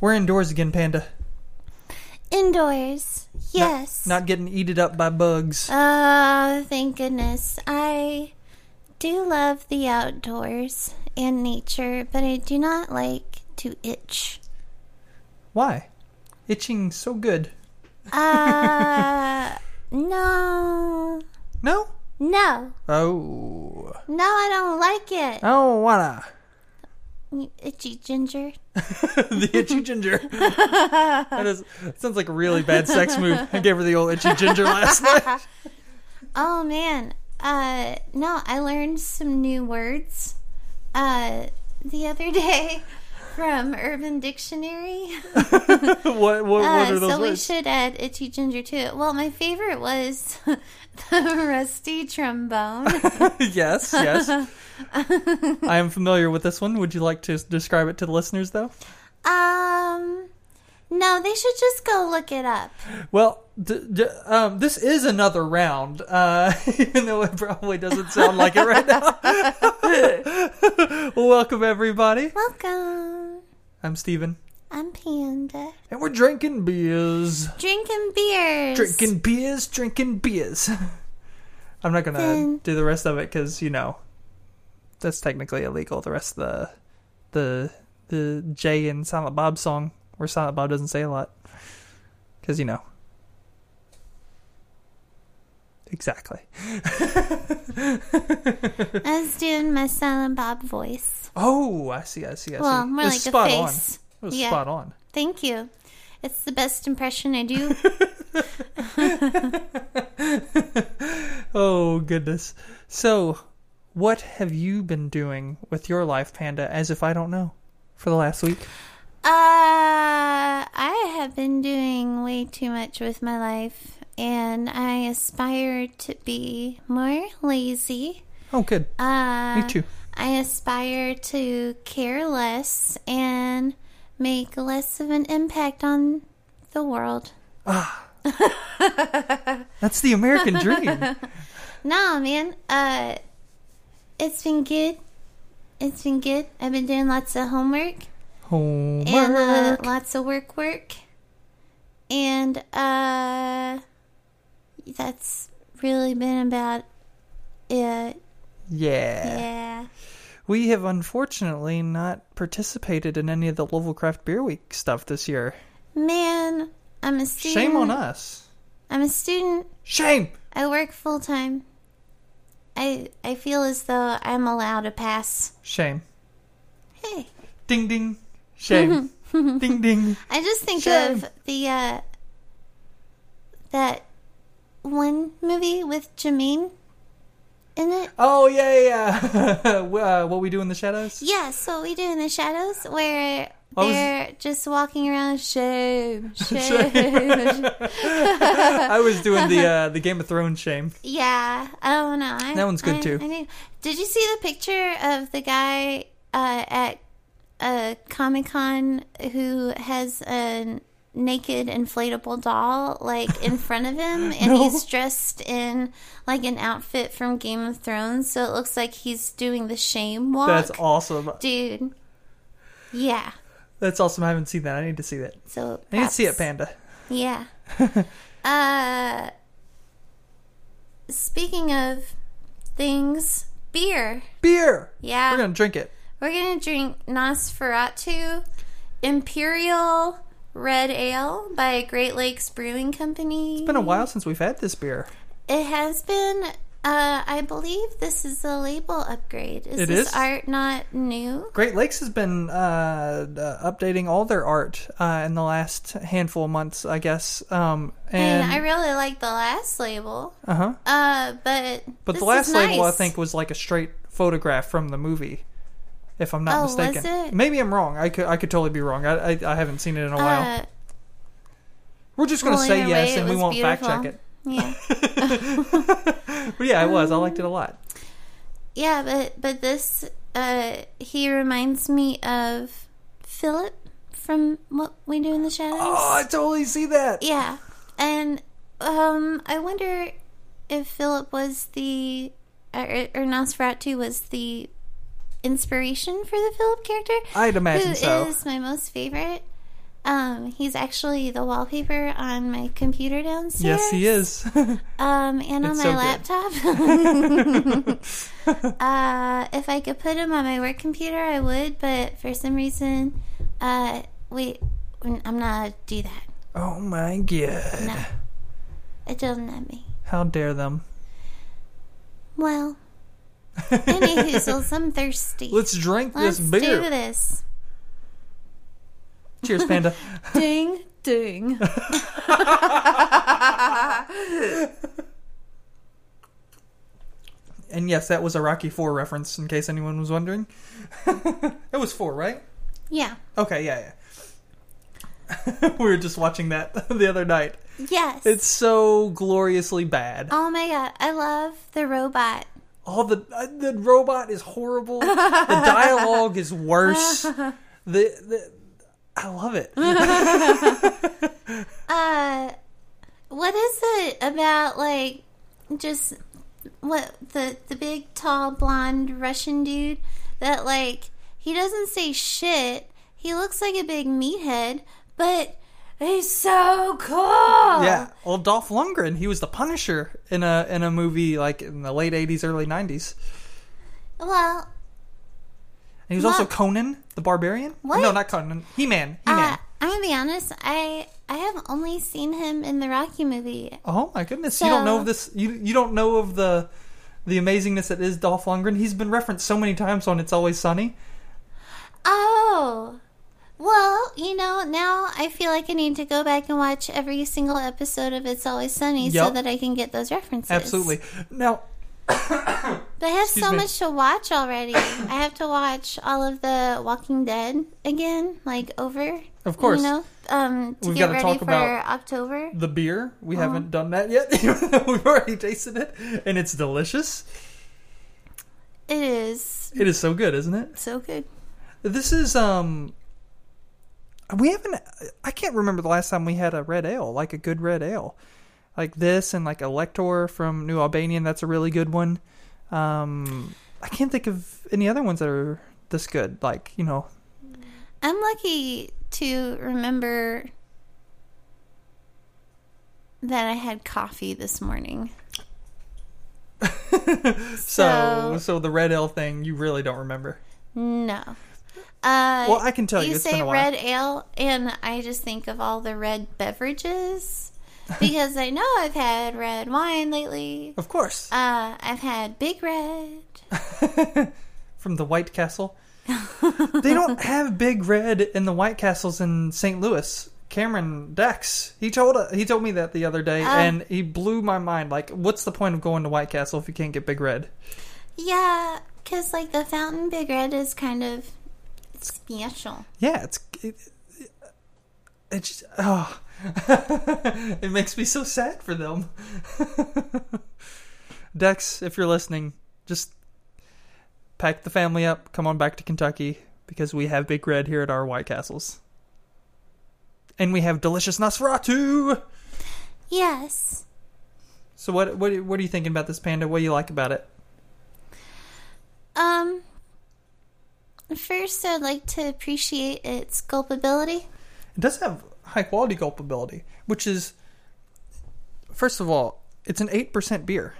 We're indoors again, Panda. Indoors. Yes. Not getting eaten up by bugs. Oh, thank goodness. I do love the outdoors and nature, but I do not like to itch. Why? Itching's so good. Uh, no. No? No. Oh. No, I don't like it. Oh, wanna. You Itchy ginger. the itchy ginger. that, is, that sounds like a really bad sex move. I gave her the old itchy ginger last night. Oh, man. Uh, no, I learned some new words uh, the other day from Urban Dictionary. what, what, what Uh, are those so we words? should add itchy ginger to it. Well, my favorite was the rusty trombone. yes, yes. I am familiar with this one. Would you like to s- describe it to the listeners, though? um, no, they should just go look it up. Well, d- d- um, this is another round, uh, even though it probably doesn't sound like it right now. well, welcome, everybody. Welcome. I'm Steven. I'm Panda. And we're drinking beers. Drinking beers. Drinking beers, drinking beers. I'm not going Then- to do the rest of it because, you know, that's technically illegal. The rest of the, the, the Jay and Silent Bob song, where Silent Bob doesn't say a lot. Because, you know. Exactly. I was doing my Silent Bob voice. Oh, I see, I see, I see. Well, more It like was a spot face. on. It was Yeah. spot on. Thank you. It's the best impression I do. Oh, goodness. So, what have you been doing with your life, Panda, as if I don't know, for the last week? Uh, I have been doing way too much with my life, and I aspire to be more lazy. Oh, good. Uh, Me too. I aspire to care less and make less of an impact on the world. That's the American dream. Nah, man. Uh, it's been good. It's been good. I've been doing lots of homework. and uh, Homework. lots of work work and uh that's really been about it Yeah. yeah We have unfortunately not participated in any of the Louisville Craft Beer Week stuff this year. man i'm a student Shame on us. i'm a student Shame! i work full-time i i feel as though i'm allowed a pass Shame. hey Ding ding. Shame. ding ding. i just think Shame. of the uh that one movie with Jermaine in it Oh, yeah, yeah, yeah. uh, what we do in the shadows? Yeah, so what we do in the shadows where I was- they're just walking around shame, shame. I was doing the uh, the Game of Thrones shame. yeah, oh no, I, That one's good, I- too. I think- did you see the picture of the guy uh, at uh, Comic Con who has a naked inflatable doll like in front of him, and No. he's dressed in like an outfit from Game of Thrones, so it looks like he's doing the shame walk, That's awesome. dude. Yeah. That's awesome. I haven't seen that. I need to see that. So I need to see it, perhaps- Panda. Yeah. uh, speaking of things, beer. Beer! Yeah, We're going to drink it. drink Nosferatu Imperial Red Ale by Great Lakes Brewing Company. It's been a while since we've had this beer. It has been. Uh, I believe this is a label upgrade. Is It this is? art not new? Great Lakes has been uh, uh, updating all their art uh, in the last handful of months, I guess. Um, And, and I really like the last label. uh huh. Uh, but But this the is last label I nice. think was like a straight photograph from the movie, if I'm not Oh, was mistaken. it? Maybe I'm wrong. I could I could totally be wrong. I I, I haven't seen it in a while. Uh, We're just gonna well, say either yes, way, it and we was won't fact check beautiful. yeah. it. But yeah, it was. I liked it a lot. Yeah, but but this uh he reminds me of Philip from what we do in the shadows. Oh, I totally see that. Yeah. And um I wonder if Philip was the or, or Nosferatu was the inspiration for the Philip character I'd who imagine is so. my most favorite. Um, he's actually the wallpaper on my computer downstairs. Yes, he is. Um, and on It's my laptop. uh, if I could put him on my work computer, I would. But for some reason, uh, wait, I'm not allowed to do that. oh my god. No, it doesn't let me. How dare them. Well, any hoozles, I'm thirsty. Let's drink Let's this do beer. this. Cheers, Panda. Ding, ding. and yes, that was a Rocky Four reference, in case anyone was wondering. it was four, right? Yeah. Okay, yeah, yeah. we were just watching that the other night. Yes. It's so gloriously bad. oh my god, I love the robot. All the uh, the robot is horrible. the dialogue is worse. The, the I love it. Uh, what is it about like just what the the big tall blonde Russian dude that like he doesn't say shit. He looks like a big meathead, but he's so cool. Yeah, well, Dolph Lundgren, he was the Punisher in a in a movie like in the late '80s, early '90s. Well, And he was Lo- also Conan the Barbarian. What? No, not Conan. He Man. He Man. uh, I'm gonna be honest. I I have only seen him in the Rocky movie. oh my goodness, you don't know so- of this. You you don't know of the the amazingness that is Dolph Lundgren. He's been referenced so many times on It's Always Sunny. Oh. Well, you know, now I feel like I need to go back and watch every single episode of It's Always Sunny so Yep. that I can get those references. Absolutely. Now, But I have so me. much to watch already. I have to watch all of the Walking Dead again, like over. Of course. You know, um, to We've get gotta ready talk for about- October. the beer we haven't done that yet. We've already tasted it, and it's delicious. It is It is so good, isn't it? so good. This is um we haven't I can't remember the last time we had a red ale, like a good red ale. Like this and like Elector from New Albanian, that's a really good one. Um I can't think of any other ones that are this good. Like, you know, I'm lucky to remember that I had coffee this morning. so So- so the red ale thing you really don't remember. No. Uh, Well, I can tell you, it's say been a while. red ale, and I just think of all the red beverages because I know I've had red wine lately. Of course. Uh, I've had Big Red. from the White Castle. they don't have Big Red in the White Castles in St. Louis. Cameron Dex, he told he told me that the other day, and he blew my mind. Like, what's the point of going to White Castle if you can't get Big Red? Yeah, because like the fountain Big Red is kind of special. Yeah, it's it, it just oh, it makes me so sad for them. Dex, if you're listening, just pack the family up, come on back to Kentucky because we have Big Red here at our White Castles, and we have delicious Nosferatu. Yes. So what what what are you thinking about this panda? What do you like about it? Um. First, I'd like to appreciate its culpability. It does have high quality gulpability, which is first of all, it's an eight percent beer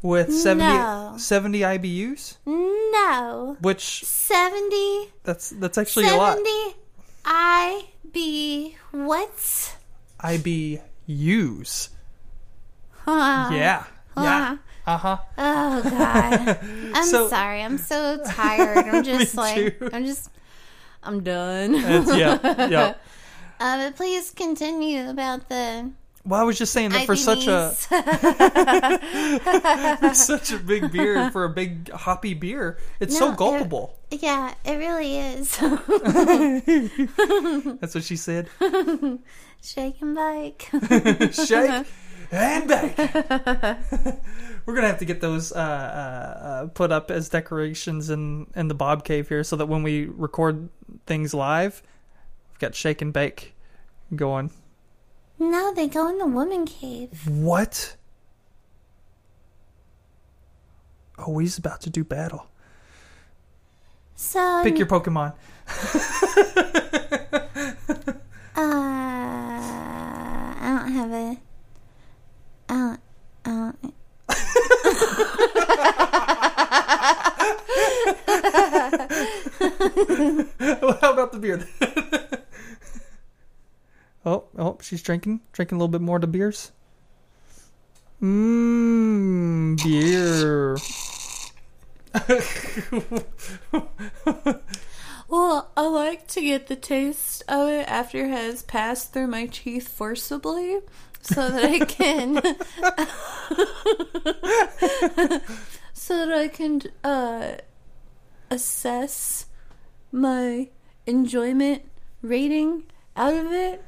with 70, No. 70 IBUs, No. which 70 that's that's actually a lot. 70 I B what? IBUs, Huh. yeah, yeah, Huh. uh huh. Oh god. I'm So- sorry. I'm so tired. I'm just like too. I'm just I'm done. Yeah, yeah. Uh, but please continue about the Well, I was just saying that for such a IBDs. for such a big beer for a big hoppy beer, it's No, so gulpable. Yeah, it really is. That's what she said. Shake and bake. shake and bake. We're gonna have to get those uh, uh, uh, put up as decorations in in the Bob Cave here, so that when we record things live, we've got shake and bake going. No, they go in the woman cave. What? Oh, he's about to do battle. So Pick your Pokemon. uh, Well, How about the beer? oh, oh, she's drinking, drinking a little bit more of the beers. Mmm, beer. Well, I like to get the taste of it after it has passed through my teeth forcibly so that I can. so that I can uh, assess my enjoyment rating out of it.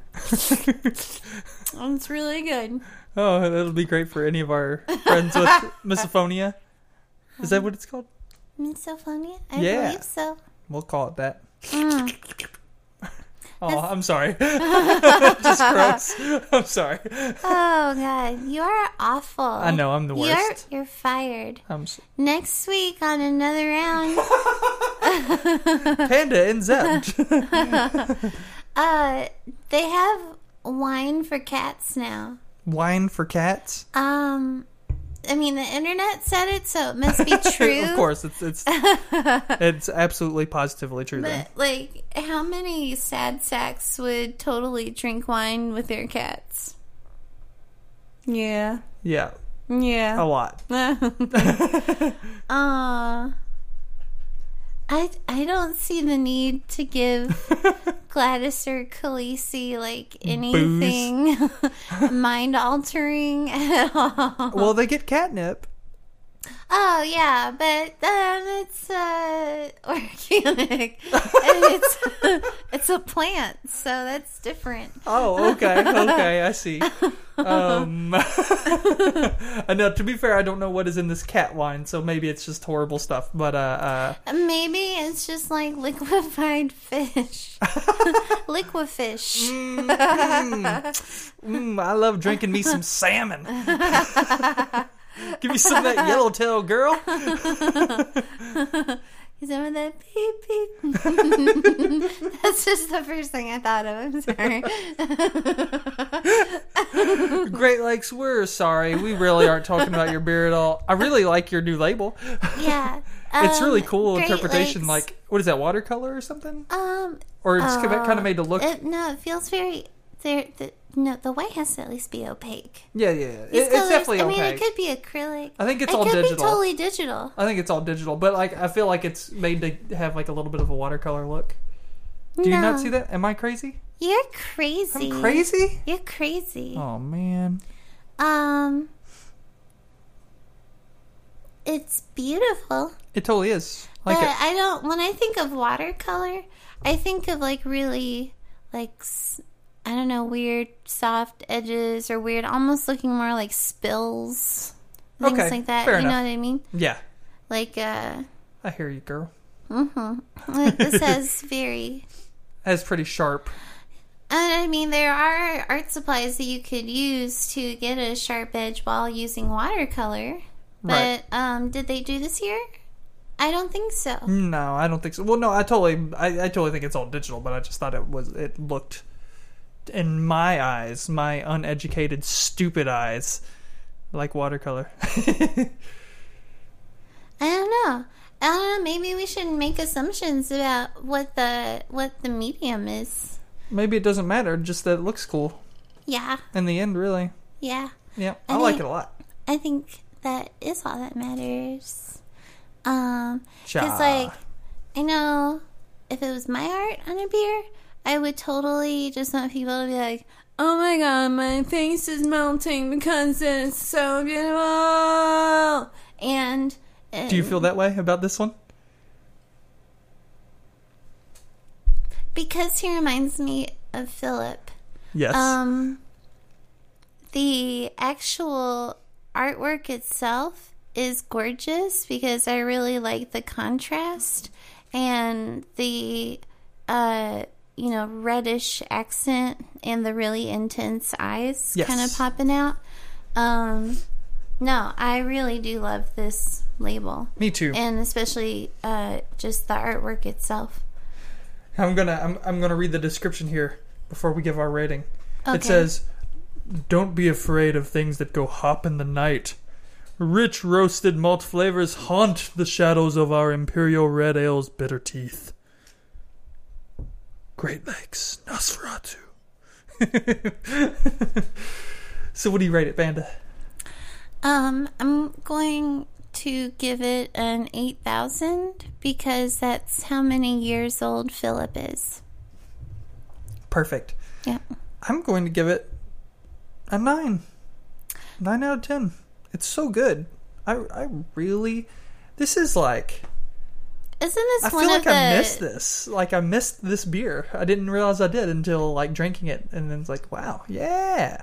And it's really good. Oh, that'll be great for any of our friends with misophonia. Is that what it's called? Misophonia? I Yeah. believe so. We'll call it that. Mm. Oh, I'm sorry. Just gross. I'm sorry. Oh god, you are awful. I know I'm the worst. You're you're fired. I'm s- Next week on another round. Panda and Zeb. Uh, they have wine for cats now. Wine for cats. Um, I mean, the internet said it, so it must be true. of course, it's it's it's absolutely positively true. then But like, how many sad sacks would totally drink wine with their cats? Yeah. yeah, Oh. Yeah. Oh. a lot. Uh I I don't see the need to give Gladys or Khaleesi like anything mind altering at all. Well, they get catnip. Oh yeah, but um, it's uh, organic. and it's it's a plant, so that's different. Oh, okay, okay, I see. Um, and now, to be fair, I don't know what is in this cat wine, so maybe it's just horrible stuff. But uh, uh Maybe it's just like liquefied fish, liquefish. mm, I love drinking me some salmon. Give me some of that yellowtail, girl. Some of that beep beep. that's just the first thing I thought of. I'm sorry. Great Lakes, we're sorry. We really aren't talking about your beer at all. I really like your new label. Yeah, It's really um, cool Great interpretation. Lakes. Like, what is that, watercolor or something? um, Or it's Uh, kind of made to look. it, no, it feels very. There, the, no, the white has to at least be opaque. yeah, yeah, yeah. It, These it's colors- definitely I mean, okay. it could be acrylic. I think it's it all could be digital. totally digital. I think it's all digital, but like I feel like it's made to have like a little bit of a watercolor look. Do you No. not see that? Am I crazy? You're crazy. I'm crazy. You're crazy. Oh man. Um, it's beautiful, It totally is. but Like it. I don't. When I think of watercolor, I think of like really like s- I don't know weird soft edges or weird, almost looking more like spills, things Okay, like that. fair you know enough. what I mean? yeah. Like uh, mm-hmm. I hear you, girl. like this has very That's pretty sharp. And I mean, there are art supplies that you could use to get a sharp edge while using watercolor. Right. But um, did they do this here? I don't think so. No, I don't think so. Well, no, I totally, I, I totally think it's all digital, but I just thought it was, it looked, in my eyes, my uneducated, stupid eyes, like watercolor. I don't know. I don't know. Maybe we should make assumptions about what the what the medium is. Maybe it doesn't matter, just that it looks cool Yeah, in the end, really. yeah. Yeah, I I like it think- a lot. I think that is all that matters. Um, Cha. Because, like, I know if it was my art on a beer, I would totally just want people to be like, Oh my god, my face is melting because it's so beautiful. and. Do you feel that way about this one? Because he reminds me of Philip. Yes. Um, the actual artwork itself is gorgeous because I really like the contrast and the, uh, you know, reddish accent and the really intense eyes Yes. kind of popping out. Um, no, I really do love this label Me too. and especially uh, just the artwork itself. I'm gonna I'm, I'm gonna read the description here before we give our rating. Okay. It says, "Don't be afraid of things that go hop in the night. Rich roasted malt flavors haunt the shadows of our imperial red ale's bitter teeth." Great Lakes, Nosferatu. so, what do you rate it, Banda? Um, I'm going to give it an 8,000 because that's how many years old Philip is. Perfect. Yeah. I'm going to give it a nine. Nine out of ten. It's so good. I I really this is like Isn't this I one feel like of the I missed this. Like I missed this beer. I didn't realize I did until like drinking it and then it's like, wow, yeah.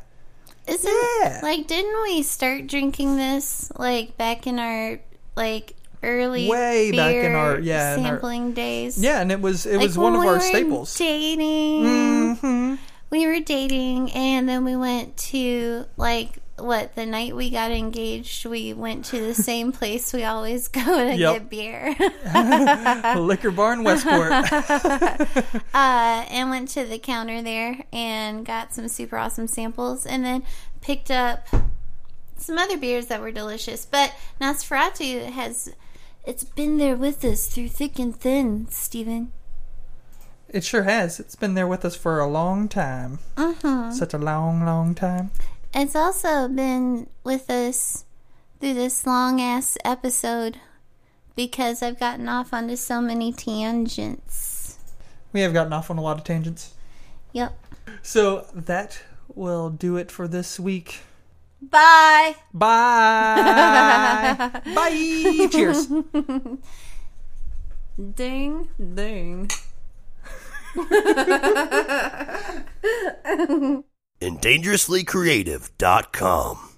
Isn't Yeah. like didn't we start drinking this like back in our like early Way back in beer our- yeah, in our- sampling days? Yeah, and it was it Like, was one when of we our were staples. Dating. hmm We were dating and then we went to like what the night we got engaged, we went to the same place we always go to Yep. get beer. Liquor Bar in Westport. uh, and went to the counter there and got some super awesome samples and then picked up some other beers that were delicious. But Nosferatu has it's been there with us through thick and thin, Stephen. it sure has. It's been there with us for a long time. Uh-huh. Such a long, long time. It's also been with us through this long ass episode because I've gotten off onto so many tangents. We have gotten off on a lot of tangents. Yep. So that will do it for this week. Bye. Bye. Bye. Cheers. Ding, ding. and dangerouslycreative.com.